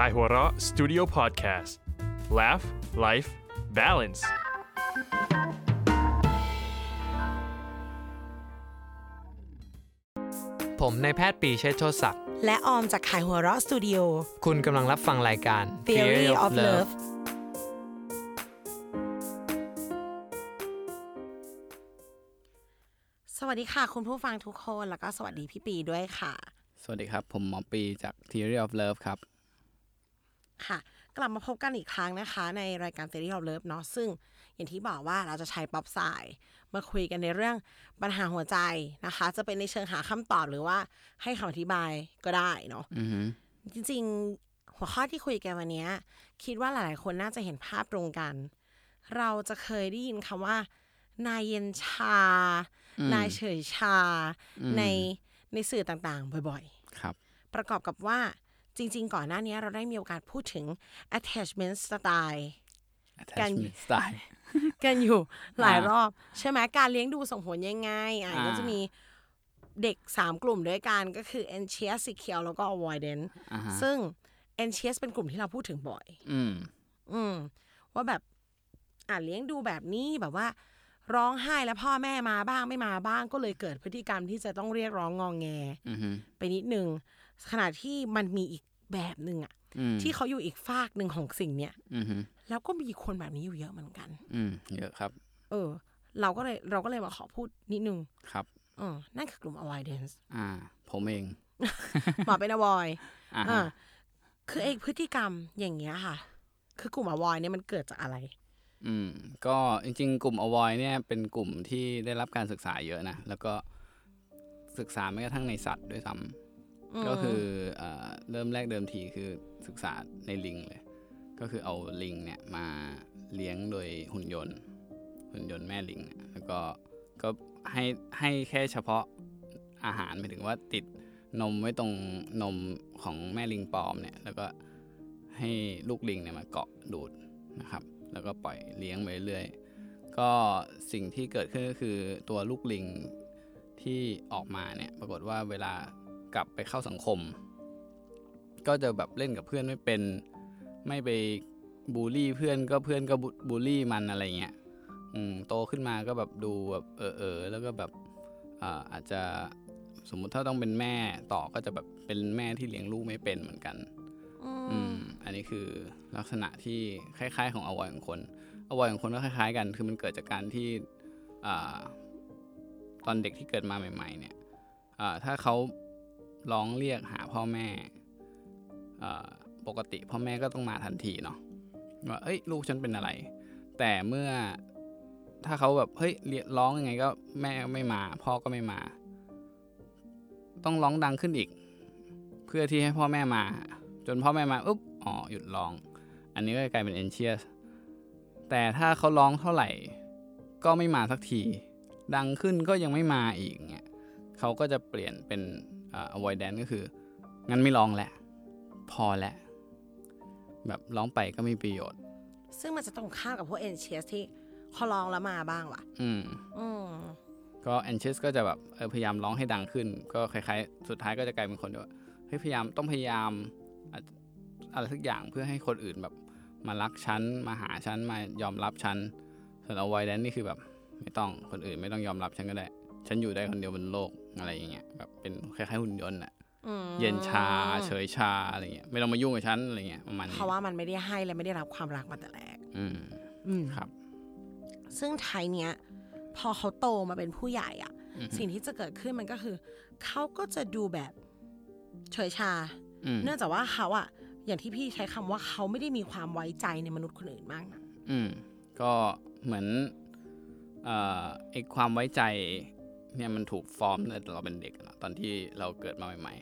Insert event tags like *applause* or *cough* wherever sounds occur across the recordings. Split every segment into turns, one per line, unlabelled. k a i h u r a Studio Podcast Laugh Life Balance
ผมนายแพทย์ปรีเชษฐ์โชติศักดิ์
และออมจากขายหัวเราะสตูดิโอ
คุณกำลังรับฟังรายการ
Theory of Love สวัสดีค่ะ คุณผู้ฟังทุกคน แล้วก็สวัสดีพี่ปีด้วยค่ะ
สวัสดีครับ ผมหมอปีจาก Theory of Love ครับ
ค่ะ กลับมาพบกันอีกครั้งนะคะ ในรายการ Theory of Love เนาะซึ่งอย่างที่บอกว่าเราจะใช้ป๊อปสายมาคุยกันในเรื่องปัญหาหัวใจนะคะ จะเป็นในเชิงหาคำตอบหรือว่าให้คำอธิบายก็ได้เนาะ
อือหือ
จริงๆ หัวข้อที่คุยกันวันเนี้ยคิดว่าหลายๆ คนน่าจะเห็นภาพตรงกัน เราจะเคยได้ยินคำว่า นายเย็นชา นายเฉยชา ในในสื่อต่างๆ บ่อย
ครับ
ๆ ประกอบกับว่าจริง ๆ ก่อนหน้านี้เราได้มีโอกาสพูดถึง attachment style
attachment style
กันอยู่หลาย
อ่าร
รอบ ใช่ไหมการเลี้ยงดูส่งผลยังไงอ่ะ
อ่า
ก็จะมีเด็ก 3 กลุ่มด้วยกันก็คือ anxious secure แล้วก็ avoidant
อ่าฮะ
ซึ่ง anxious เป็นกลุ่มที่เราพูดถึงบ่อย
อืม
อืมว่าแบบอ่าเลี้ยงดูแบบนี้แบบว่า ร้องไห้แล้วพ่อแม่มาบ้างไม่มาบ้างก็เลยเกิดพฤติกรรมที่จะต้องเรียกร้องงองแง
อือหือ
ไปนิดนึงขณะที่มันมีอีกแบบหนึ่งอะ
อืม
ที่เขาอยู่อีกฝากหนึ่งของสิ่งเนี้ย
อือหือ
แล้วก็มีคนแบบนี้อยู่เยอะเหมือนกัน
อืมเยอะครับ
เออ เราก็เลยเราก็เลยมาขอพูดนิดนึง
ครับ
เออนั่นคือกลุ่ม avoidance
อ่า ผมเอง
หมอเป็น avoid
อ่าฮะ
อ่าคือไอ้พฤติกรรมอย่างเงี้ยค่ะ คือกลุ่ม avoid เนี่ยมันเกิดจากอะไร
อืม ก็จริงๆ กลุ่ม avoid เนี่ยเป็นกลุ่มที่ได้รับการศึกษาเยอะนะ แล้วก็ศึกษาแม้กระทั่งในสัตว์ด้วยซ้
ม
ำก็คือเอ่อเริ่มแรกเดิมทีคือศึกษาในลิงเลย ก็คือเอาลิงเนี่ยมาเลี้ยงโดยหุ่นยนต์ หุ่นยนต์แม่ลิงเนี่ยแล้วก็ก็ให้ให้แค่เฉพาะอาหารหมายถึงว่าติดนมไว้ตรงนมของแม่ลิงปลอมเนี่ยแล้วก็ให้ลูกลิงเนี่ยมาเกาะดูดนะครับ แล้วก็ปล่อยเลี้ยงไปเรื่อยๆก็สิ่งที่เกิดขึ้นก็คือตัวลูกลิงที่ออกมาเนี่ยปรากฏว่าเวลากลับไปเข้าสังคม ก็จะแบบเล่นกับเพื่อนไม่เป็นไม่ไปบูลลี่เพื่อนก็เพื่อนก็บูบูลลี่มันอะไรเงี้ย อืมโตขึ้นมาก็แบบดูแบบเออเออแล้วก็แบบอ่าอาจจะสมมุติถ้าต้องเป็นแม่ต่อก็จะแบบเป็นแม่ที่เลี้ยงลูกไม่เป็นเหมือนกัน อืมอันนี้คือลักษณะที่คล้ายๆ ของอวัยของคนอวัยของคนก็คล้ายๆกัน คือมันเกิดจากการที่อ่าตอนเด็กที่เกิดมาใหม่ ๆ เนี่ยอ่าถ้าเขาร้องเรียกหาพ่อแม่อ่าปกติพ่อแม่ก็ต้องมาทันทีเนาะว่าเอ้ยลูกฉันเป็นอะไร แต่เมื่อถ้าเขาแบบเฮ้ยเรียกร้องยังไงก็แม่ไม่มา พ่อก็ไม่มา ต้องร้องดังขึ้นอีก เพื่อที่ให้พ่อแม่มา จนพ่อแม่มาอุ๊บอ๋อหยุดร้อง อันนี้ก็จะกลายเป็นเอนเชียสแต่ถ้าเขาร้องเท่าไหร่ ก็ไม่มาสักที ดังขึ้นก็ยังไม่มาอีกเงี้ยเขาก็จะเปลี่ยนเป็นเอ่อ avoidance ก็คือ งั้นไม่ร้องแหละ พอแล้วแบบร้องไปก็ไม่มีประโยชน์
ซึ่งมันจะตรงข้ามกับพวกเอนเชียสที่เขาลองแล้วมาบ้างว่ะ
อืม
อืม
ก็แอนเชสก็จะแบบเออพยายามร้องให้ดังขึ้น ก็คล้ายๆ สุดท้ายก็จะกลายเป็นคนที่ว่าเฮ้ยพยายามต้องพยายามอะอะไรสักอย่างเพื่อให้คนอื่นแบบมารักฉันมาหาฉันมายอมรับฉันส่วนเอาไว้แดนนี่คือแบบ ไม่ต้องคนอื่นไม่ต้องยอมรับฉันก็ได้ ฉันอยู่ได้คนเดียวบนโลกอะไรอย่างเงี้ยแบบเป็นคล้ายๆหุ่นยนต์อะ
อืม
เย็นชาเฉยชาอะไรเงี้ยไม่ต้องมายุ่งกับฉันอะไรเงี้ยประมาณ
เพ
นี้
ราะว่ามันไม่ได้ให้และไม่ได้รับความรักมาแต่แรก
อืม
อืม
ครับ
ซึ่งไทยเนี้ย พอเขาโตมาเป็นผู้ใหญ่อะ
อือฮึ
สิ่งที่จะเกิดขึ้นมันก็คือ เขาก็จะดูแบบเฉยชา
อืม
เนื่องจากว่าเขาอะอย่างที่พี่ใช้คำว่าเขาไม่ได้มีความไว้ใจในมนุษย์คนอื่นมากนะ
อืมก็เหมือนเอ่อไอความไว้ใจเนี่ยมันถูกฟอร์มตั้งแต่เราเป็นเด็กอะเนาะตอนที่เราเกิดมาใหม่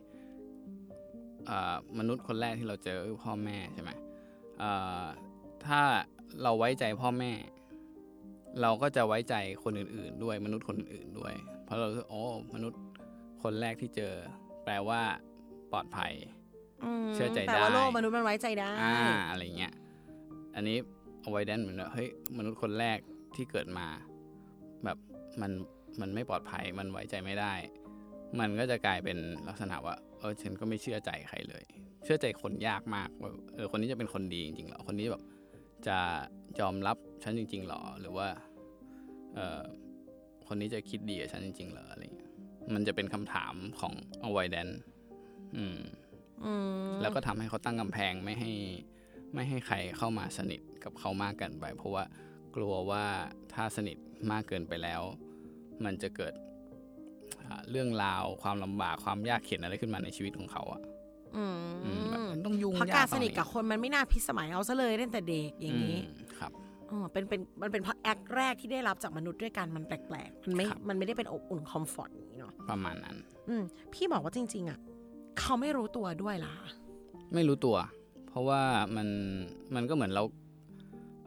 เอ่อมนุษย์คนแรกที่เราเจอคือพ่อแม่ใช่ไหมเอ่อถ้าเราไว้ใจพ่อแม่ เราก็จะไว้ใจคนอื่นๆ ด้วยมนุษย์คนอื่นๆด้วย เพราะเรารู้สึกโอ้มนุษย์คนแรกที่เจอ แปลว่าปลอดภัย
ม
เชื่อใจได้
แต่ว่าโลกมนุษย์มันไว้ใจได้
อ่าอะไรเงี้ย อันนี้เอาไว้แดนเหมือนว่าเฮ้ยมนุษย์คนแรกที่เกิดมา แบบมันมันไม่ปลอดภัยมันไว้ใจไม่ได้ มันก็จะกลายเป็นลักษณะว่าเออฉันก็ไม่เชื่อใจใครเลย เชื่อใจคนยากมากว่าเออคนนี้จะเป็นคนดีจริงๆเหรอคนนี้แบบจะยอมรับฉันจริงๆเหรอหรือว่าเออคนนี้จะคิดดีกับฉันจริงๆเหรออะไรเงี้ยมันจะเป็นคำถามของ avoidance อืม
อืม
แล้วก็ทำให้เขาตั้งกำแพงไม่ให้ไม่ให้ใครเข้ามาสนิทกับเขามากเกินไป เพราะว่ากลัวว่าถ้าสนิทมากเกินไปแล้ว มันจะเกิดอ่าเรื่องราวความลำบากความยากเข็นอะไรขึ้นมาในชีวิตของเขาอะ
อื
อืมแบบ
ม
มันต้องยุ่ง
เพราะ
ย
การ
ต้
ส
อง
นิทกับ
อะ
คนมันไม่น่าพิสมัยเอาซะเลยตั้งแต่เด็กอ
ไร
ย่างนี้
อืมครับ
อ๋อเป็นเป็นมันเป็นเพราะแอคแรกที่ได้รับจากมนุษย์ด้วยกันมันแปลกๆ มันไม่
ครับ
มันไม่ได้เป็นอบอุ่นคอมฟอร์ตอย่างนี้เนาะ
ประมาณนั้น
อืมพี่บอกว่าจริง ๆ อ่ะ เขาไม่รู้ตัวด้วยล่ะ
ไม่รู้ตัว เพราะว่ามันมันก็เหมือนเรา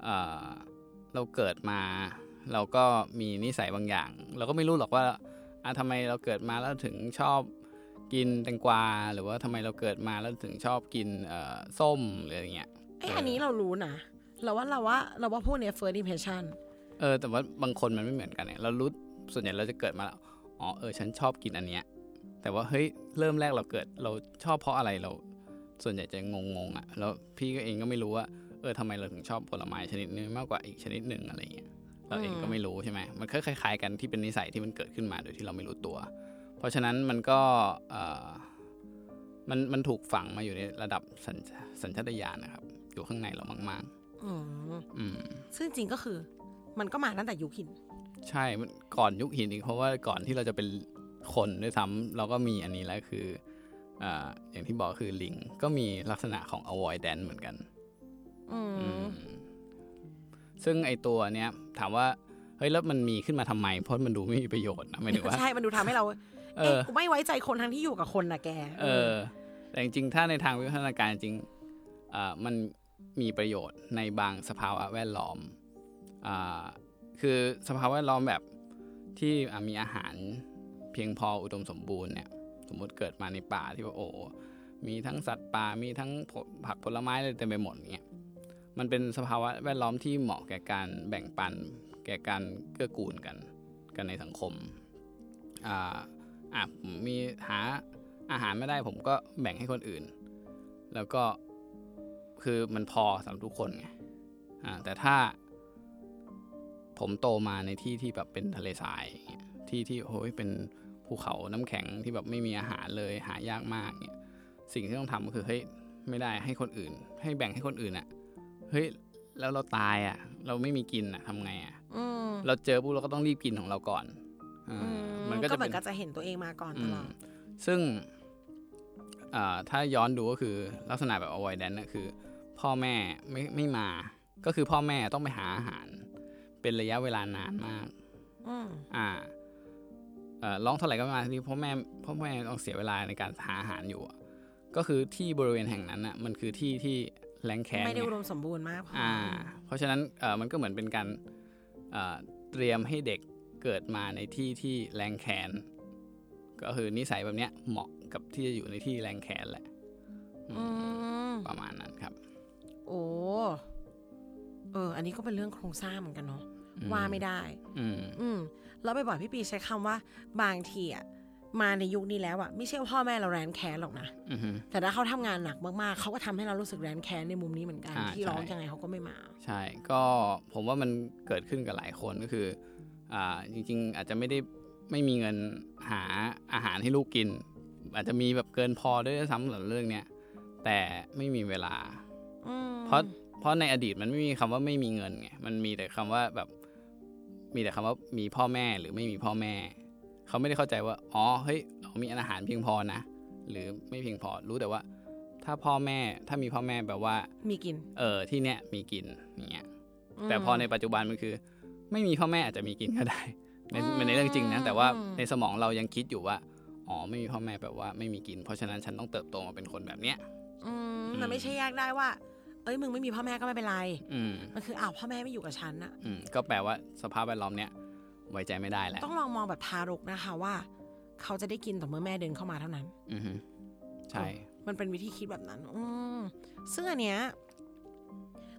เอ่อเราเกิดมา เราก็มีนิสัยบางอย่าง เราก็ไม่รู้หรอกว่าอ่ะทำไมเราเกิดมาแล้วถึงชอบกินแตงกวาหรือว่าทำไมเราเกิดมาแล้วถึงชอบกินเอ่อส้มหรืออะไรเงี้ย
ไอย
เอออั
อันนี้เรารู้นะ เราว่าเราว่าเราว่าพวกเนี้ย first impression
เออแต่ว่าบางคนมันไม่เหมือนกันเนี่ยเรารู้ส่วนใหญ่เราจะเกิดมาแล้วอ๋อเออฉันชอบกินอันเนี้ยแต่ว่าเฮ้ยเริ่มแรกเราเกิดเราชอบเพราะอะไรเรา ส่วนใหญ่จะงงๆอ่ะแล้วพี่ก็เองก็ไม่รู้ว่าเออทำไมเราถึงชอบผลไม้ชนิดนี้มากกว่าอีกชนิดหนึ่งอะไรเงี้ยเราเองก็ไม่รู้ใช่ไหมมันก็คล้ายๆกันที่เป็นนิสัยที่มันเกิดขึ้นมาโดยที่เราไม่รู้ตัว เพราะฉะนั้นมันก็เอ่อมันมันถูกฝังมาอยู่ในระดับสัญชาสัญชาตญาณนะครับ อยู่ข้างในเรามาก
อืม
ๆ อืม
ซึ่งจริงก็คือ มันก็มาตั้งแต่ยุคหิน
ใช่มันก่อนยุคหินอีกเพราะว่าก่อนที่เราจะเป็นคนด้วยซ้ำเราก็มีอันนี้แล้วคืออ่าอย่างที่บอกคือลิง ก็มีลักษณะของ avoidance เหมือนกัน
อืม
อืมซึ่งไอตัวเนี้ยถามว่า เฮ้ยแล้วมันมีขึ้นมาทำไม เพราะมันดูไม่มีประโยชน์นะหมายถึงว่า
ใช่ มันดูทำให้เรา
เอ
เอ๊ะ
อ
กูไม่ไว้ใจคนทั้งที่อยู่กับคนนะแก
เออ แต่จริงๆ ถ้าในทางวิวัฒนาการจริงๆอ่ามันมีประโยชน์ในบางสภาวะแวดล้อมอ่าคือสภาวะแวดล้อมแบบที่อ่ะมีอาหารเพียงพออุดมสมบูรณ์เนี่ย สมมติเกิดมาในป่าที่ว่าโอ้ มีทั้งสัตว์ป่า มีทั้งผลผักผลไม้อะไรเต็มไปหมดเนี่ยมันเป็นสภาวะแวดล้อมที่เหมาะแก่การแบ่งปัน แก่การเกื้อกูลกัน กันในสังคม อ่า อ่ะผมมีหาอาหารไม่ได้ผมก็แบ่งให้คนอื่น แล้วก็คือมันพอสำหรับทุกคนไงอ่าแต่ถ้าผมโตมาในที่ที่แบบเป็นทะเลทรายอย่างเงี้ยที่ที่โอ้ยเป็นภูเขาน้ำแข็งที่แบบไม่มีอาหารเลยหายากมากเนี่ยสิ่งที่ต้องทำก็คือเฮ้ยไม่ได้ให้คนอื่น ให้แบ่งให้คนอื่นอะ่ะเฮ้ยแล้วเราตายอะ่ะ เราไม่มีกินอะ่ะทำไงอะ่ะ
อืม
เราเจอปุ๊บเราก็ต้องรีบกินของเราก่อนอ่ามันก็
ก็
จะ
เหมื
เป็
อน นก็จะเห็นตัวเองมาก่อนตลอด
ซึ่งอ่าถ้าย้อนดูก็คือลักษณะแบบ avoidance นะคือ พ่อแม่ไม่ไม่มา ก็คือพ่อแม่ต้องไปหาอาหาร เป็นระยะเวลานานมาก
อืม
อ่าเอ่อร้องเท่าไหร่ก็ไม่มาทีนี้พ่อแม่พ่อแม่ต้องเสียเวลาในการหาอาหารอยู่อะก็คือที่บริเวณแห่งนั้นอ่ะมันคือที่ที่แรงแค้น
ไม่ได้
ไง
อุดมสมบูรณ์มากพออ
อ่าเพราะฉะนั้นเอ่อมันก็เหมือนเป็นการเอ่อเตรียมให้เด็กเกิดมาในที่ที่แรงแค้นก็คือนิสัยแบบเนี้ยเหมาะกับที่จะอยู่ในที่แรงแค้นแหละอื
อืม
มประมาณนั้นครับ
โอ้เออ อันนี้ก็เป็นเรื่องโครงสร้างเหมือนกันเนาะ
อื
ว่าไม่ได้
อืม
อืมแล้วบ่อยๆพี่ปีใช้คำว่า บางทีอ่ะมาในยุคนี้แล้วอ่ะไม่ใช่ว่าพ่อแม่เราแรนแค้นหรอกนะ
อือฮึ
แต่ถ้าเขาทำงานหนักมากๆ เขาก็ทำให้เรารู้สึกแรนแค้นในมุมนี้เหมือนกัน
อ่า
ที่ร้อง
ใช่
ยังไงเขาก็ไม่มา
ใช่ ก็ผมว่ามันเกิดขึ้นกับหลายคนก็คืออ่าจริงๆอาจจะไม่ได้ไม่มีเงินหาอาหารให้ลูกกิน อาจจะมีแบบเกินพอด้วยซ้ำหลังเรื่องเนี้ยแต่ไม่มีเวลา
อืม
เพราะเพราะในอดีตมันไม่มีคำว่าไม่มีเงินไง มันมีแต่คำว่าแบบ มีแต่คำว่ามีพ่อแม่หรือไม่มีพ่อแม่ เขาไม่ได้เข้าใจว่า อ๋อ เฮ้ยเรามีอาหารเพียงพอนะ หรือไม่เพียงพอ รู้แต่ว่า ถ้าพ่อแม่ ถ้ามีพ่อแม่แปลว่า
มีกิน
เออ ที่เนี้ยมีกินอย่างเงี้ย
ม
แต่พอในปัจจุบันมันคือ ไม่มีพ่อแม่อาจจะมีกินก็ได้ใน *laughs*
อืม
ในเรื่องจริงนะ แต่ว่า
อืม
ในสมองเรายังคิดอยู่ว่า อ๋อไม่มีพ่อแม่แปลว่าไม่มีกิน เพราะฉะนั้นฉันต้องเติบโตมาเป็นคนแบบเนี้ย
อืม
อืม
มันไม่ใช่แยกได้ว่า เอ้ยมึงไม่มีพ่อแม่ก็ไม่เป็นไร
อืม
มันคืออ้าวพ่อแม่ไม่อยู่กับฉันอะ
อืมก็แปลว่าสภาพแวดล้อมเนี้ยไว้ใจไม่ได้แหละ
ต้องลองมองแบบทารกนะคะว่า เขาจะได้กินต่อเมื่อแม่เดินเข้ามาเท่านั้น
อือฮึใช่
มันเป็นวิธีคิดแบบนั้น อืมซึ่งอันเนี้ย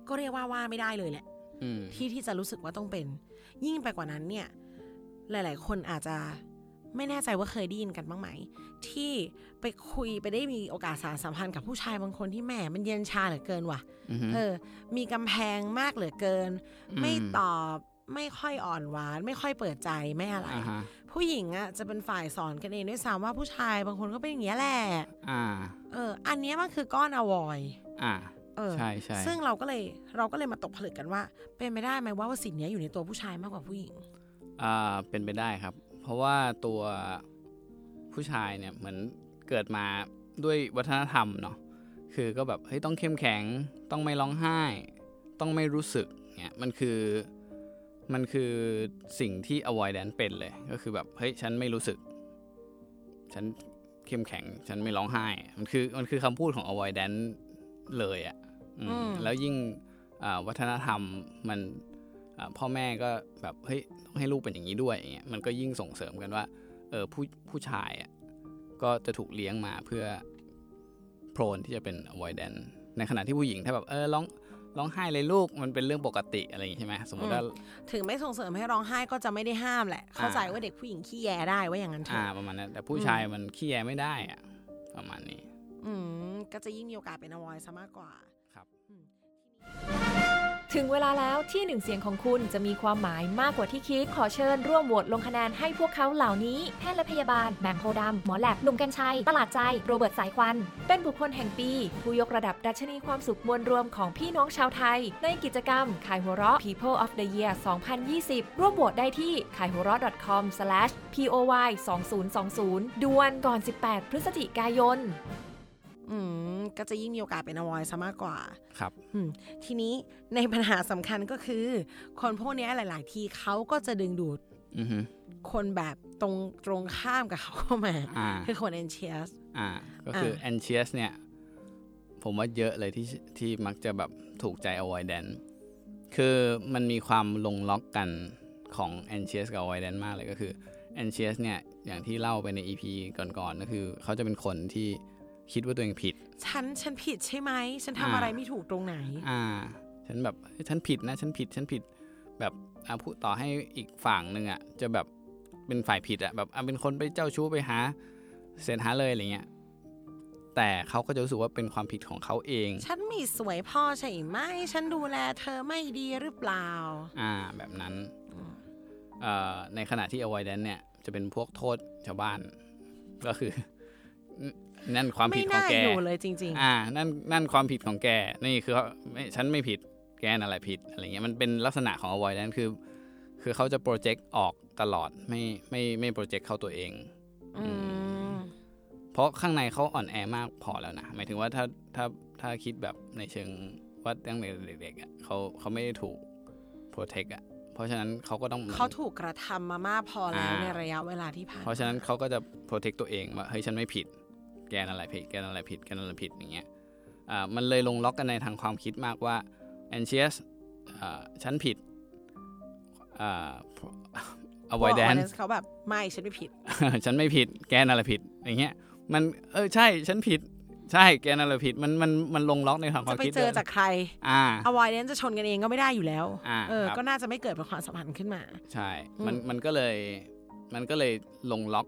ก็เรียกว่าว่าไม่ได้เลยแหละ
อืม
ที่ที่จะรู้สึกว่าต้องเป็น ยิ่งไปกว่านั้นเนี่ย หลาย ๆ คนอาจจะไม่แน่ใจว่าเคยได้ยินกันบ้างไหม ที่ไปคุยไปได้มีโอกาสสารสัมพันธ์กับผู้ชายบางคนที่แหมมันเย็นชาเหลือเกินว่ะ
อือฮึ
เออ มีกำแพงมากเหลือเกิน
อืม
ไม่ตอบไม่ค่อยอ่อนหวาน ไม่ค่อยเปิดใจไม่อะไร
อ่าฮะ
ผู้หญิงอ่ะจะเป็นฝ่ายสอนกันเองด้วยซ้ำว่าผู้ชายบางคนก็เป็นอย่างนี้ยแหละ
อ่า
เออ อันเนี้ยมันคือก้อนอวอย
อ่า
เออ
ใช่ใช่
ซึ่งเราก็เลยเราก็เลยมาตกผลึกกันว่า เป็นไม่ได้ไหมว่าว่าสิ่งเนี้ยอยู่ในตัวผู้ชายมากกว่าผู้หญิง
อ่าเป็นไปได้ครับ เพราะว่าตัวผู้ชายเนี่ยเหมือนเกิดมาด้วยวัฒนธรรมเนาะคือก็แบบเฮ้ยต้องเข้มแข็ง ต้องไม่ร้องไห้ ต้องไม่รู้สึกเนี่ยมันคือมันคือสิ่งที่ avoidance เป็นเลย ก็คือแบบเฮ้ยฉันไม่รู้สึก ฉันเข้มแข็ง ฉันไม่ร้องไห้ มันคือมันคือคำพูดของ avoidance เลยอะ่ะอืม
อืม
แล้วยิ่งอ่าวัฒนธรรมมันอ่าพ่อแม่ก็แบบเฮ้ยต้องให้ลูกเป็นอย่างนี้ด้วยอย่างเงี้ยมันก็ยิ่งส่งเสริมกันว่าเออผู้ผู้ชายอะ่ะก็จะถูกเลี้ยงมาเพื่อโพรนที่จะเป็น avoidance ในขณะที่ผู้หญิงถ้าแบบเออร้องร้องไห้เลยลูกมันเป็นเรื่องปกติอะไรอย่างงี้ใช่ไหมสมมติว่า
ถึงไม่ส่งเสริมให้ร้องไห้ก็จะไม่ได้ห้ามแหละ เข้าใจว่าเด็กผู้หญิงขี้แยได้ว่าอย่างนั้นเถ
อ่า
อะ
ประมาณนั้นแต่ผู้ชายมันขี้แยไม่ได้อะประมาณนี้
อืมก็จะยิ่งมีโอกาสเป็นอวอยซะมากกว่า
ถึงเวลาแล้วที่หนึ่งเสียงของคุณจะมีความหมายมากกว่าที่คิด ขอเชิญร่วมโหวตลงคะแนนให้พวกเขาเหล่านี้ แพทย์และพยาบาล แบงค์โพธิ์ดำ หมอแหลบหนุ่มกัญชัย ตลาดใจ โรเบิร์ตสายควัน เป็นบุคคลแห่งปี ผู้ยกระดับดัชนีความสุขมวลรวมของพี่น้องชาวไทย ในกิจกรรมขายหัวเราะ People of the Year 2020 ร่วมโหวตได้ที่ขายหัวเราะ .com/poy 2020ด่วนก่อน 18 พฤศจิกายน
อืมก็จะยิ่งมีโอกาสเป็นอวอยซะมากกว่า
ครับ
อืมทีนี้ในปัญหาสำคัญก็คือ คนพวกเนี้ยหลาย ๆ ทีเขาก็จะดึงดูด
อือฮึ
คนแบบตรงตรงข้ามกับเขาเข้ามา
อ่า
คือคนเอนเชียส
อ่า ก็คือ anxious เนี่ย ผมว่าเยอะเลยที่ที่มักจะแบบถูกใจ avoidance คือมันมีความลงล็อกกันของ anxious กับ avoidance มากเลยก็คือ anxious เนี่ย อย่างที่เล่าไปใน EP ก่อนๆก็คือ เขาจะเป็นคนที่คิดว่าตัวเองผิด
ฉันฉันผิดใช่ไหม ฉันทำ
อ่า
อะไรไม่ถูกตรงไหน
อ่า ฉันแบบเฮ้ยฉันผิดนะ ฉันผิด ฉันผิด แบบอ่ะพูดต่อให้อีกฝั่งหนึ่งอ่ะ จะแบบเป็นฝ่ายผิดอ่ะ แบบอ่ะเป็นคนไปเจ้าชู้ไปหา เสร็จหาเลยอะไรเงี้ย แต่เขาก็จะรู้สึกว่าเป็นความผิดของเขาเอง
ฉันไมีสวยพ่อใช่ไหม ฉันดูแลเธอไม่ดีหรือเปล่า
อ่า แบบนั้นเอ่อในขณะที่ avoidance เนี่ย จะเป็นพวกโทษชาวบ้าน ก็คือ *laughs* นั่นความ
ไม่
ผิดของ
น่า
แก
อยู่เลยจริง
อ่า นั่น นั่นความผิดของแก นี่คือเขาไม่ฉันไม่ผิด แกนั่นแหละผิด อะไรเงี้ย มันเป็นลักษณะของ avoidance คือ คือเขาจะโปรเจกต์ออกตลอด ไม่ ไม่ ไม่โปรเจกต์เข้าตัวเอง
ๆ อืม
เพราะข้างในเขาอ่อนแอมากพอแล้วนะ หมายถึงว่าถ้า ถ้า ถ้าคิดแบบในเชิงว่าตั้งแต่เด็กๆอะเขาเขาไม่ได้ถูกโปรเทคอะเพราะฉะนั้นเขาก็ต้อง
เขาถูกกระทำมามากพอแล้ว
อ่า
ในระยะเวลาที่ผ่าน
เพราะฉะนั้นเขาก็จะโปรเทคตัวเองว่าเฮ้ยฉันไม่ผิด แกนอะไรผิด แกนอะไรผิด แกนอะไรผิดอย่างเงี้ยอ่ามันเลยลงล็อกกันในทางความคิดมากว่า anxious อ่าฉันผิดอ่า *laughs*
เพราะว่า
avoidance
audience เขาแบบไม่ฉันไม่ผิด
*laughs* ฉันไม่ผิด แกนั่นแหละผิด อย่างเงี้ย มัน เออ ใช่ ฉันผิด ใช่ แกนั่นแหละผิด มัน มัน มันลงล็อกในทางควา
จะ
ม
ไป
คิด
เจอ
ด้วย
จากใคร
อ่า
อวอยเดนจะชนกันเองก็ไม่ได้อยู่แล้ว
อ่า
เออ
ครับ
ก็น่าจะไม่เกิดเป็นความสัมพันธ์ขึ้นมา
ใช่ มัน
อืม
มันก็เลย มันก็เลยลงล็อก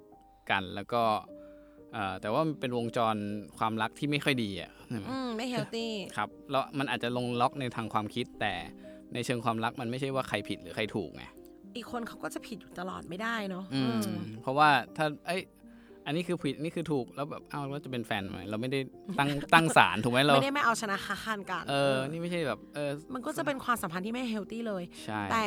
กัน แล้วก็เอ่อแต่ว่ามันเป็นวงจรความรักที่ไม่ค่อยดีอ่ะใช่ไหม
อืม ไม่เฮลตี้
ครับแล้วมันอาจจะลงล็อกในทางความคิดแต่ในเชิงความรักมันไม่ใช่ว่าใครผิดหรือใครถูกไง
อีกคนเขาก็จะผิดอยู่ตลอดไม่ได้เนาะ
อืม
เออ
เพราะว่าถ้าเอ้ยอันนี้คือผิดอันนี่คือถูกแล้วแบบอ้าวแล้วจะเป็นแฟนไหมเราไม่ได้ตั้ง
*laughs*
ตั้งศาลถูกไหมเรา
ไม่ได้ไม่เอาชนะคาคันกัน
เออ
เออ
นี่ไม่ใช่แบบเออ
มันก็จะเป็นความสัมพันธ์ที่ไม่เฮลตี้เลย
ใช่
แต่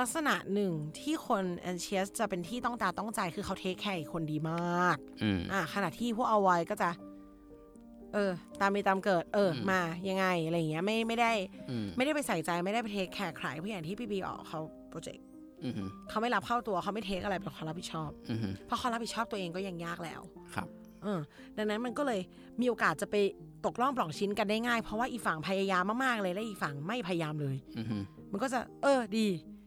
ลักษณะหนึ่งที่คนแอนเชียสจะเป็นที่ต้องตาต้องใจคือเขาเทคแคร์อีกคนดีมาก
อืม
อ่ะขณะที่พวกเอาไว้ก็จะ เออ ตามมีตามเกิด เอออ
ม
มายังไงอะไรอย่างเงี้ยไม่ไม่ได้
อืม
ไม่ได้ไปใส่ใจไม่ได้ไปเทคแคร์ใครเพราะอย่างที่พี่บีออกเขาโปรเจกต์
อือฮึ
เขาไม่รับเข้าตัวเขาไม่เทคอะไรเป็นความรับผิดชอบ
อือฮึ
เพราะความรับผิดชอบตัวเองก็ยังยากแล้ว
ครับ
เออดังนั้นมันก็เลยมีโอกาสจะไปตกล่องปล่องชิ้นกันได้ง่าย เพราะว่าอีกฝั่งพยายามมากๆเลยและอีกฝั่งไม่พยายามเลย
อือฮึ
มันก็จะเออดี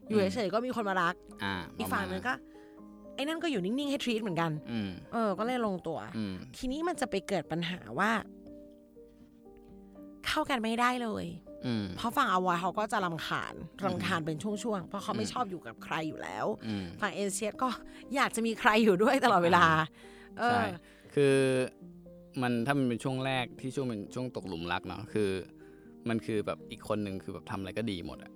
อยู่เฉยๆก็มีคนมารัก
อ่า
อีกฝั่งหนึง
ประมาณ
ก็ไอ้นั่นก็อยู่นิ่งๆให้ทรีตเหมือนกัน
อืม
เออ ก็เลยลงตัว
อืม
ทีนี้มันจะไปเกิดปัญหาว่า เข้ากันไม่ได้เลย
อืม
เพราะฝั่งอวอยเขาก็จะรำคาญรำคาญเป็นช่วงๆ เพราะเขาไม่ชอบอยู่กับใครอยู่แล้ว
อืม
ฝั่งเอเชียก็อยากจะมีใครอยู่ด้วยตลอดเวลา เออ
ใช่ คือมันถ้ามันเป็นช่วงแรกที่ช่วงเป็นช่วงตกหลุมรักเนาะ คือ มันคือแบบอีกคนหนึ่งคือแบบทำอะไรก็ดีหมดอะ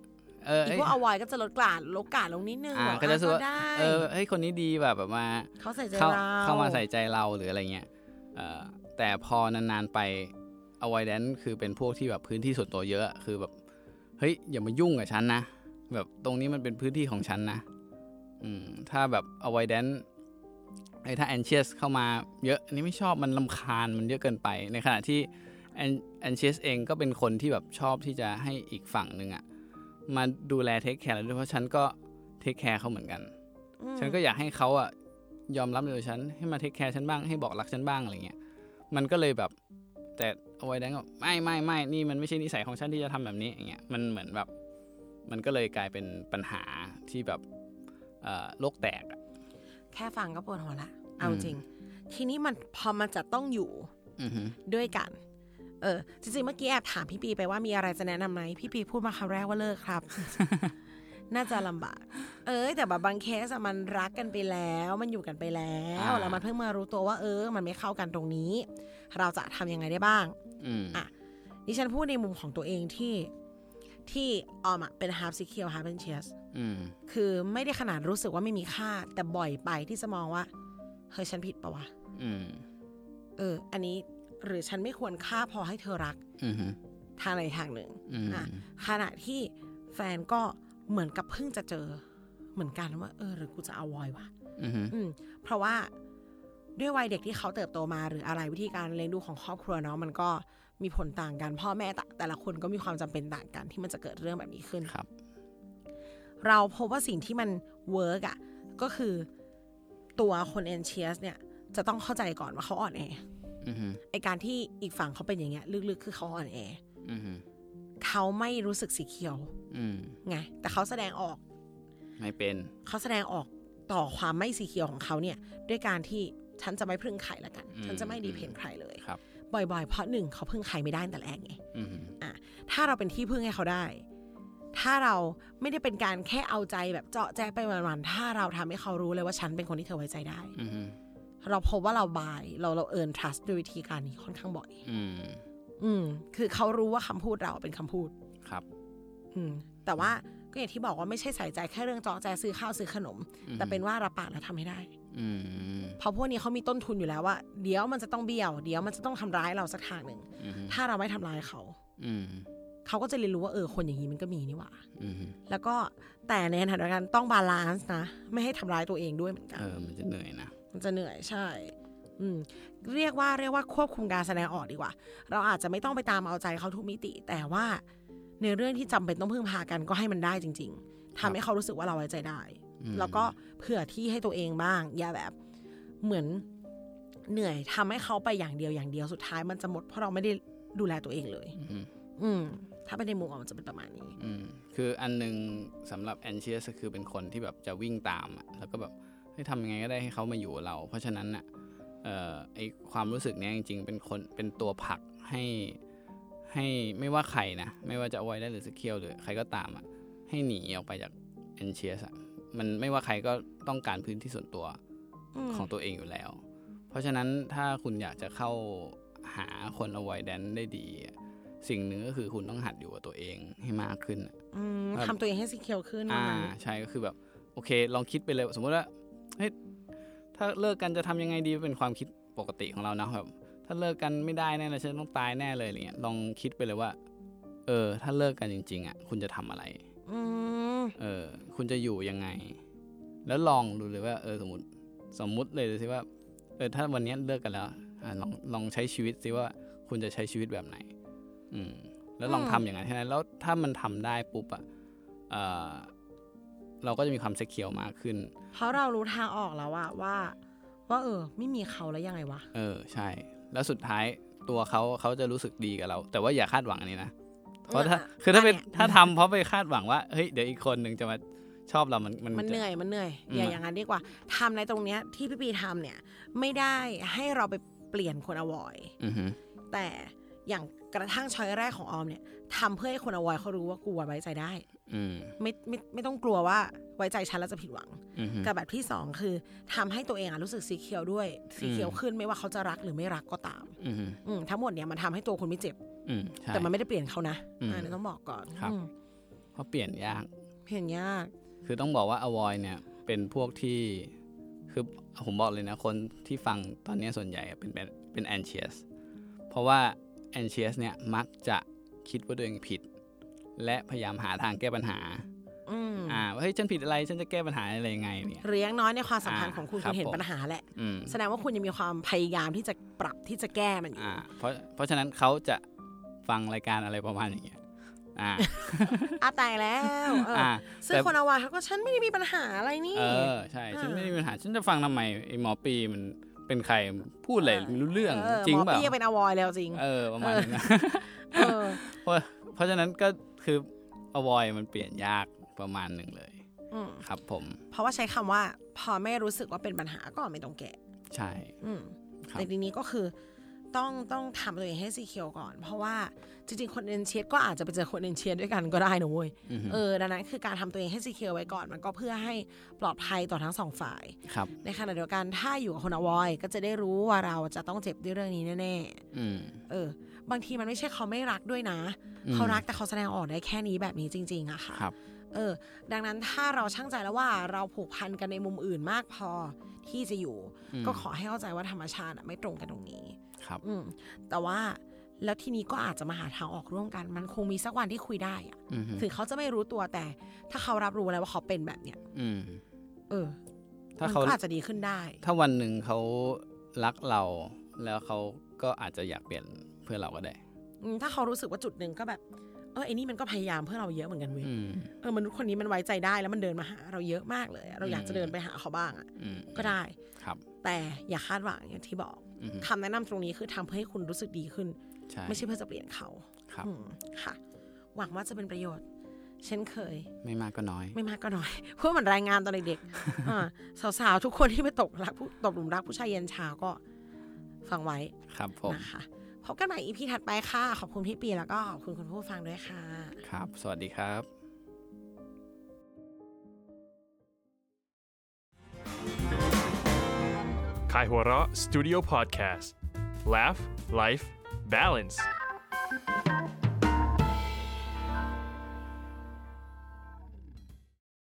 เออ
อีก
เอ้ย
พวกอวอยก็จะลดกลาดลดกลาดลงนิดนึง
อ่า
บอก
ก็จะรู้สึกว่า
อ่ได้
เออเฮ้ยคนนี้ดีแบบแบบมา
เขาใส่ใจ
เข้า
เรา
เข้ามาใส่ใจเราหรืออะไรเงี้ยเออแต่พอนานๆไปอวัยแดนคือเป็นพวกที่แบบพื้นที่ส่วนตัวเยอะอะคือแบบ เฮ้ยอย่ามายุ่งกับฉันนะ แบบตรงนี้มันเป็นพื้นที่ของฉันนะ อืมถ้าแบบอวัยแดนไอ้ถ้าแอนเชียสเข้ามาเยอะอันนี้ไม่ชอบมันลำคาญมันเยอะเกินไป ในขณะที่แอนเชียสเองก็เป็นคนที่แบบชอบที่จะให้อีกฝั่งหนึ่งอะมาดูแลเทคแคร์เราด้วยเพราะฉันก็เทคแคร์เขาเหมือนกัน
อืม
ฉันก็อยากให้เขาอะยอมรับในตัวฉันให้มาเทคแคร์ฉันบ้างให้บอกรักฉันบ้างอะไรเงี้ยมันก็เลยแบบแต่เอาไว้ดังก็ไม่ไม่ไม่นี่มันไม่ใช่นิสัยของฉันที่จะทำแบบนี้อย่างเงี้ยมันเหมือนแบบมันก็เลยกลายเป็นปัญหาที่แบบเอ่อโลกแตกอะ
แค่ฟังก็ปวดหัวละ เอา
อืม
จริง ทีนี้มันพอมันจะต้องอยู่
อือฮึ
ด้วยกัน เออ จริงๆ เมื่อกี้แอบถามพี่ปีไปว่ามีอะไรจะแนะนำไหมพี่ปีพูดมาคำแรกว่าเลิก *laughs* ครับ น่าจะลำบาก เอ้ยแต่แบบบางเคสอะมันรักกันไปแล้ว มันอยู่กันไปแล้วแล้วมันเพิ่งมารู้ตัวว่า เออ มันไม่เข้ากันตรงนี้ เราจะทำยังไงได้บ้าง
อืม
อ่ะ ดิฉันพูดในมุมของตัวเองที่ที่ออมอะเป็นฮาร์ปซิเคียวฮาร์ปเป็นเชียส
อืม
คือไม่ได้ขนาดรู้สึกว่าไม่มีค่า แต่บ่อยไปที่จะมองว่าเฮ้ยฉันผิดปะวะ
อืม
เออ อันนี้หรือฉันไม่ควรค่าพอให้เธอรัก
อืม
ทางใดทางหนึ่ง
อืม
อ่ะขณะที่แฟนก็เหมือนกับเพิ่งจะเจอ เหมือนกันว่า เออ หรือกูจะเอาวอยวะ
อืม
อืม เพราะว่าด้วยวัยเด็กที่เขาเติบโตมา หรืออะไรวิธีการเลี้ยงดูของครอบครัวเนาะมันก็มีผลต่างกันพ่อแม่แต่แต่ละคนก็มีความจำเป็นต่างกันที่มันจะเกิดเรื่องแบบนี้ขึ้น
ครับ
เราพบว่าสิ่งที่มันเวิร์กอ่ะ ก็คือตัวคนเอนเชียสเนี่ย จะต้องเข้าใจก่อนว่าเขาอ่อนแอ
อืม
ไอการที่อีกฝั่งเขาเป็นอย่างเงี้ยลึกๆ คือเขาอ่อนแอ
อืม
เขาไม่รู้สึกสีเขียว
อืม
ไงแต่เขาแสดงออก
ไม่เป็น
เขาแสดงออกต่อความไม่สีเขียวของเขาเนี่ย ด้วยการที่ฉันจะไม่พึ่งใครละกัน ฉันจะไม่ดีเพนใครเลย
ครับ
บ่อยๆ เพราะหนึ่งเขาพึ่งใครไม่ได้ตั้งแต่แรกไง
อืม
ถ้าเราเป็นที่พึ่งให้เขาได้ ถ้าเราไม่ได้เป็นการแค่เอาใจแบบเจาะแจ๊ไปวันๆ ถ้าเราทำให้เขารู้เลยว่าฉันเป็นคนที่เธอไว้ใจได้
อืม
เราพบว่าเราบาย เราเราเอิน trust ด้วยวิธีการนี้ค่อนข้างบ่อย
อืม
อืม คือเขารู้ว่าคำพูดเราเป็นคำพูด
ครับ
อืม แต่ว่าก็อย่างที่บอกว่าไม่ใช่ใส่ใจแค่เรื่องเจาะแจ๊ซื้อข้าวซื้อขนม แต่เป็นว่ารับปากแล้วทำให้ได้
อืม
เพราะพวกนี้เขามีต้นทุนอยู่แล้วว่าเดี๋ยวมันจะต้องเบี้ยว เดี๋ยวมันจะต้องทำร้ายเราสักทางหนึ่ง
อืม
ถ้าเราไม่ทำร้ายเขา
อืม
เขาก็จะเรียนรู้ว่าเออคนอย่างนี้มันก็มีนี่หว่า
อืม
แล้วก็แต่ในขณะเดียวกันต้องบาลานซ์นะ ไม่ให้ทำร้ายตัวเองด้วยเหมือนกัน
เออ มันจะเหนื่อยนะ
มันจะเหนื่อยใช่ อืม เรียกว่าเรียกว่าควบคุมการแสดงออกดีกว่า เราอาจจะไม่ต้องไปตามเอาใจเขาทุกมิติ แต่ว่าในเรื่องที่จำเป็นต้องพึ่งพากันก็ให้มันได้จริง ๆทำให้เขารู้สึกว่าเราไว้ใจได้
อืม
แล้วก็เผื่อที่ให้ตัวเองบ้าง อย่าแบบ เหมือนเหนื่อยทำให้เขาไปอย่างเดียวอย่างเดียวสุดท้ายมันจะหมดเพราะเราไม่ได้ดูแลตัวเองเลย
อืม
อืม ถ้าเป็นในมุมออกมันจะเป็นประมาณนี้
อืมคืออันหนึ่งสำหรับแอนเชียสคือเป็นคนที่แบบจะวิ่งตามอะแล้วก็แบบให้ยทำยังไงก็ได้ให้เขามาอยู่กับเรา เพราะฉะนั้นอ่ะเอ่อไอความรู้สึกเนี้ยจริง ๆ เป็นคนเป็นตัวผลักให้ให้ไม่ว่าใครนะ ไม่ว่าจะเอาไว้ได้หรือสเคียวหรือใครก็ตามอ่ะให้หนีออกไปจากแอนเชียสอ่ะมันไม่ว่าใครก็ต้องการพื้นที่ส่วนตัว
อืม
ของตัวเองอยู่แล้ว เพราะฉะนั้นถ้าคุณอยากจะเข้าหาคน avoidance ได้ดีอะสิ่งหนึ่งก็คือคุณต้องหัดอยู่กับตัวเองให้มากขึ้นอะ
อืมทำตัวเองให้สีเขียวขึ้นวั
อ่าน
นั้น
ใช่ก็คือแบบ โอเค ลองคิดไปเลย สมมติว่าเฮ้ยถ้าเลิกกันจะทำยังไงดีเป็นความคิดปกติของเรานะแบบถ้าเลิกกันไม่ได้แน่เลยฉันต้องตายแน่เลยอะไรเงี้ยลองคิดไปเลยว่า เออ ถ้าเลิกกันจริง ๆอ่ะคุณจะทำอะไร
อืม
เออคุณจะอยู่ยังไง แล้วลองดูเลยว่า เออสมมติสมมุติเลยสิว่า เออถ้าวันเนี้ยเลิกกันแล้วอ่ะลองลองใช้ชีวิตสิว่าคุณจะใช้ชีวิตแบบไหน อืม แล้วลองทำอย่างนั้นให้ได้แล้วถ้ามันทำได้ปุ๊บอะเออ เราก็จะมีความเซ็กเคียวมากขึ้น
เพราะเรารู้ทางออกแล้วอะว่า ว่าเออ ไม่มีเขาแล้วยังไงวะ
เออใช่ แล้วสุดท้ายตัวเขาเขาจะรู้สึกดีกับเรา แต่ว่าอย่าคาดหวังอันนี้นะ เพราะถ้า
อ่ะ
คือถ้าเป็น
อันเนี้ย
ถ้าทำเพราะไปคาดหวังว่าเฮ้ยเดี๋ยวอีกคนหนึ่งจะมาชอบเรามันมัน
มัน
จะ
เหนื่อยมันเหนื่อย
อืม
อย่าอย่างนั้นดีกว่าทำในตรงเนี้ยที่พี่ปีทำเนี่ย ไม่ได้ให้เราไปเปลี่ยนคนอวอย
อือฮึ
แต่อย่างกระทั่งช้อยแรกของออมเนี่ยทำเพื่อให้คนอวอยเขารู้ว่ากูอะไว้ใจได้
อืม
ไม่ไม่ไม่ต้องกลัวว่าไว้ใจฉันแล้วจะผิดหวัง
อือฮึ
กับแบบที่ 2 คือทำให้ตัวเองอะรู้สึกสีเขียวด้วย สีเขียว
อืม
ขึ้นไม่ว่าเขาจะรักหรือไม่รักก็ตาม
อือฮึ
อืมทั้งหมดเนี่ยมันทำให้ตัวคุณไม่เจ็บ
อืมใช่
แต่มันไม่ได้เปลี่ยนเขานะ
อืม
อันนี้ต้องบอกก่อน
ครับ
อืม
เพราะเปลี่ยนยาก
เพียงยาก
คือต้องบอกว่า avoid เนี่ยเป็นพวกที่คือผมบอกเลยนะ คนที่ฟังตอนเนี้ยส่วนใหญ่เป็นเป็นเป็น anxious เพราะว่า anxious เนี่ยมักจะคิดว่าตัวเองผิด และพยายามหาทางแก้ปัญหา
อืม
อ่าว่าเฮ้ยฉันผิดอะไรฉันจะแก้ปัญหาอะไรยังไงเนี่ย
หรืออยังน้อยในความสัมพันธ์
อ่า
ของคุณ
ค
คุ
รับ
ณเห็น
ผม
ปัญหาแหละ
อืม
แสดงว่าคุณยังมีความพยายามที่จะปรับที่จะแก้มันอยู่
อ่าเพราะเพราะฉะนั้นเขาจะฟังรายการอะไรประมาณอย่างเงี้ยอ่า
อาตายแล้วเอออ
อ่า
ซึ่ง
แต่
คนอาวาเขาก็ฉันไม่ได้มีปัญหาอะไรนี่
เออใช่ ฉันไม่ได้มีปัญหาฉันจะฟังทำไมไอ้หมอปีมันเป็นใครพูดอะไรไม่รู้เรื่องจริง
หมอ
เปล่า
ปี้ยังเป็นอวอยแล้วจริง
เออประมาณนั้น
*laughs*
นะ
เออ
เพราะเพราะฉะนั้นก็คือ avoid มันเปลี่ยนยากประมาณหนึ่งเลย
อืม
ครับผม
เพราะว่าใช้คำว่า พอไม่รู้สึกว่าเป็นปัญหาก็ไม่ต้องแก้
ใช่
อืม
ครับ
แต่ทีนี้ก็คือต้องต้องทำตัวเองให้สีเขียวก่อน เพราะว่าจริงๆ คนเอนเชียก็อาจจะไปเจอคนเอนเชียด้วยกันก็ได้นะเว้ย
อือฮึ
เออดังนั้นคือการทำตัวเองให้สีเขียวไว้ก่อนมันก็เพื่อให้ปลอดภัยต่อทั้งสองฝ่าย
ครับ
ในขณะเดียวกันถ้าอยู่กับคนอวอยก็จะได้รู้ว่าเราจะต้องเจ็บด้วยเรื่องนี้แน่
อืม
ๆเออบางทีมันไม่ใช่เขาไม่รักด้วยนะ
อืม
เขารักแต่เขาแสดงออกได้แค่นี้แบบนี้จริง ๆอะค่ะ
ครับ
เออดังนั้นถ้าเราช่างใจแล้วว่าเราผูกพันกันในมุมอื่นมากพอที่จะอยู่
อืม
ก็ขอให้เข้าใจว่าธรรมชาติอะไม่ตรงกันตรงนี้
ครับ
อืมแต่ว่าแล้วทีนี้ก็อาจจะมาหาทางออกร่วมกัน มันคงมีสักวันที่คุยได้อะ
อือฮึ
ถึงเขาจะไม่รู้ตัวแต่ ถ้าเขารับรู้แล้วว่าเขาเป็นแบบเนี้ย
อืม
เออ
ถ้า
มัน
เขา
ก็อาจจะดีขึ้นได้
ถ้าวันหนึ่งเขารักเรา แล้วเขาก็อาจจะอยากเปลี่ยนเพื่อเราก็ได้
อืมถ้าเขารู้สึกว่าจุดหนึ่งก็แบบ เออไอ้นี่มันก็พยายามเพื่อเราเยอะเหมือนกันเว้ย
อืม
เออมนุษย์คนนี้มันไว้ใจได้แล้วมันเดินมาหาเราเยอะมากเลยอะเราอยาก
อืม
จะเดินไปหาเขาบ้างอะ
อืม
ก็ได้
ครับ
แต่อย่าคาดหวังอย่างที่บอก
อือฮึ
คำแนะนำตรงนี้คือทำเพื่อให้คุณรู้สึกดีขึ้น
ใช่
ไม่ใช่เพื่อจะเปลี่ยนเขา
ครับ
อืมค่ะ หวังว่าจะเป็นประโยชน์ เช่นเคย
ไม่มากก็น้อย
ไม่มากก็น้อย *laughs* เพื่อเหมือนรายงานตอนเด็ก
*laughs*
ๆอ่าสาวๆ ทุกคนที่ไปตกรักผู้ตกหลุมรักผู้ชายเย็นเช้าก็ฟังไว้
ครับผม
นะคะพบกันใหม่อีพีถัดไปค่ะ ขอบคุณพี่ปีแล้วก็ขอบคุณคุณผู้ฟังด้วยค่ะ
ครับ สวัสดีครับ
Kaihura Studio Podcast Laugh Life Balance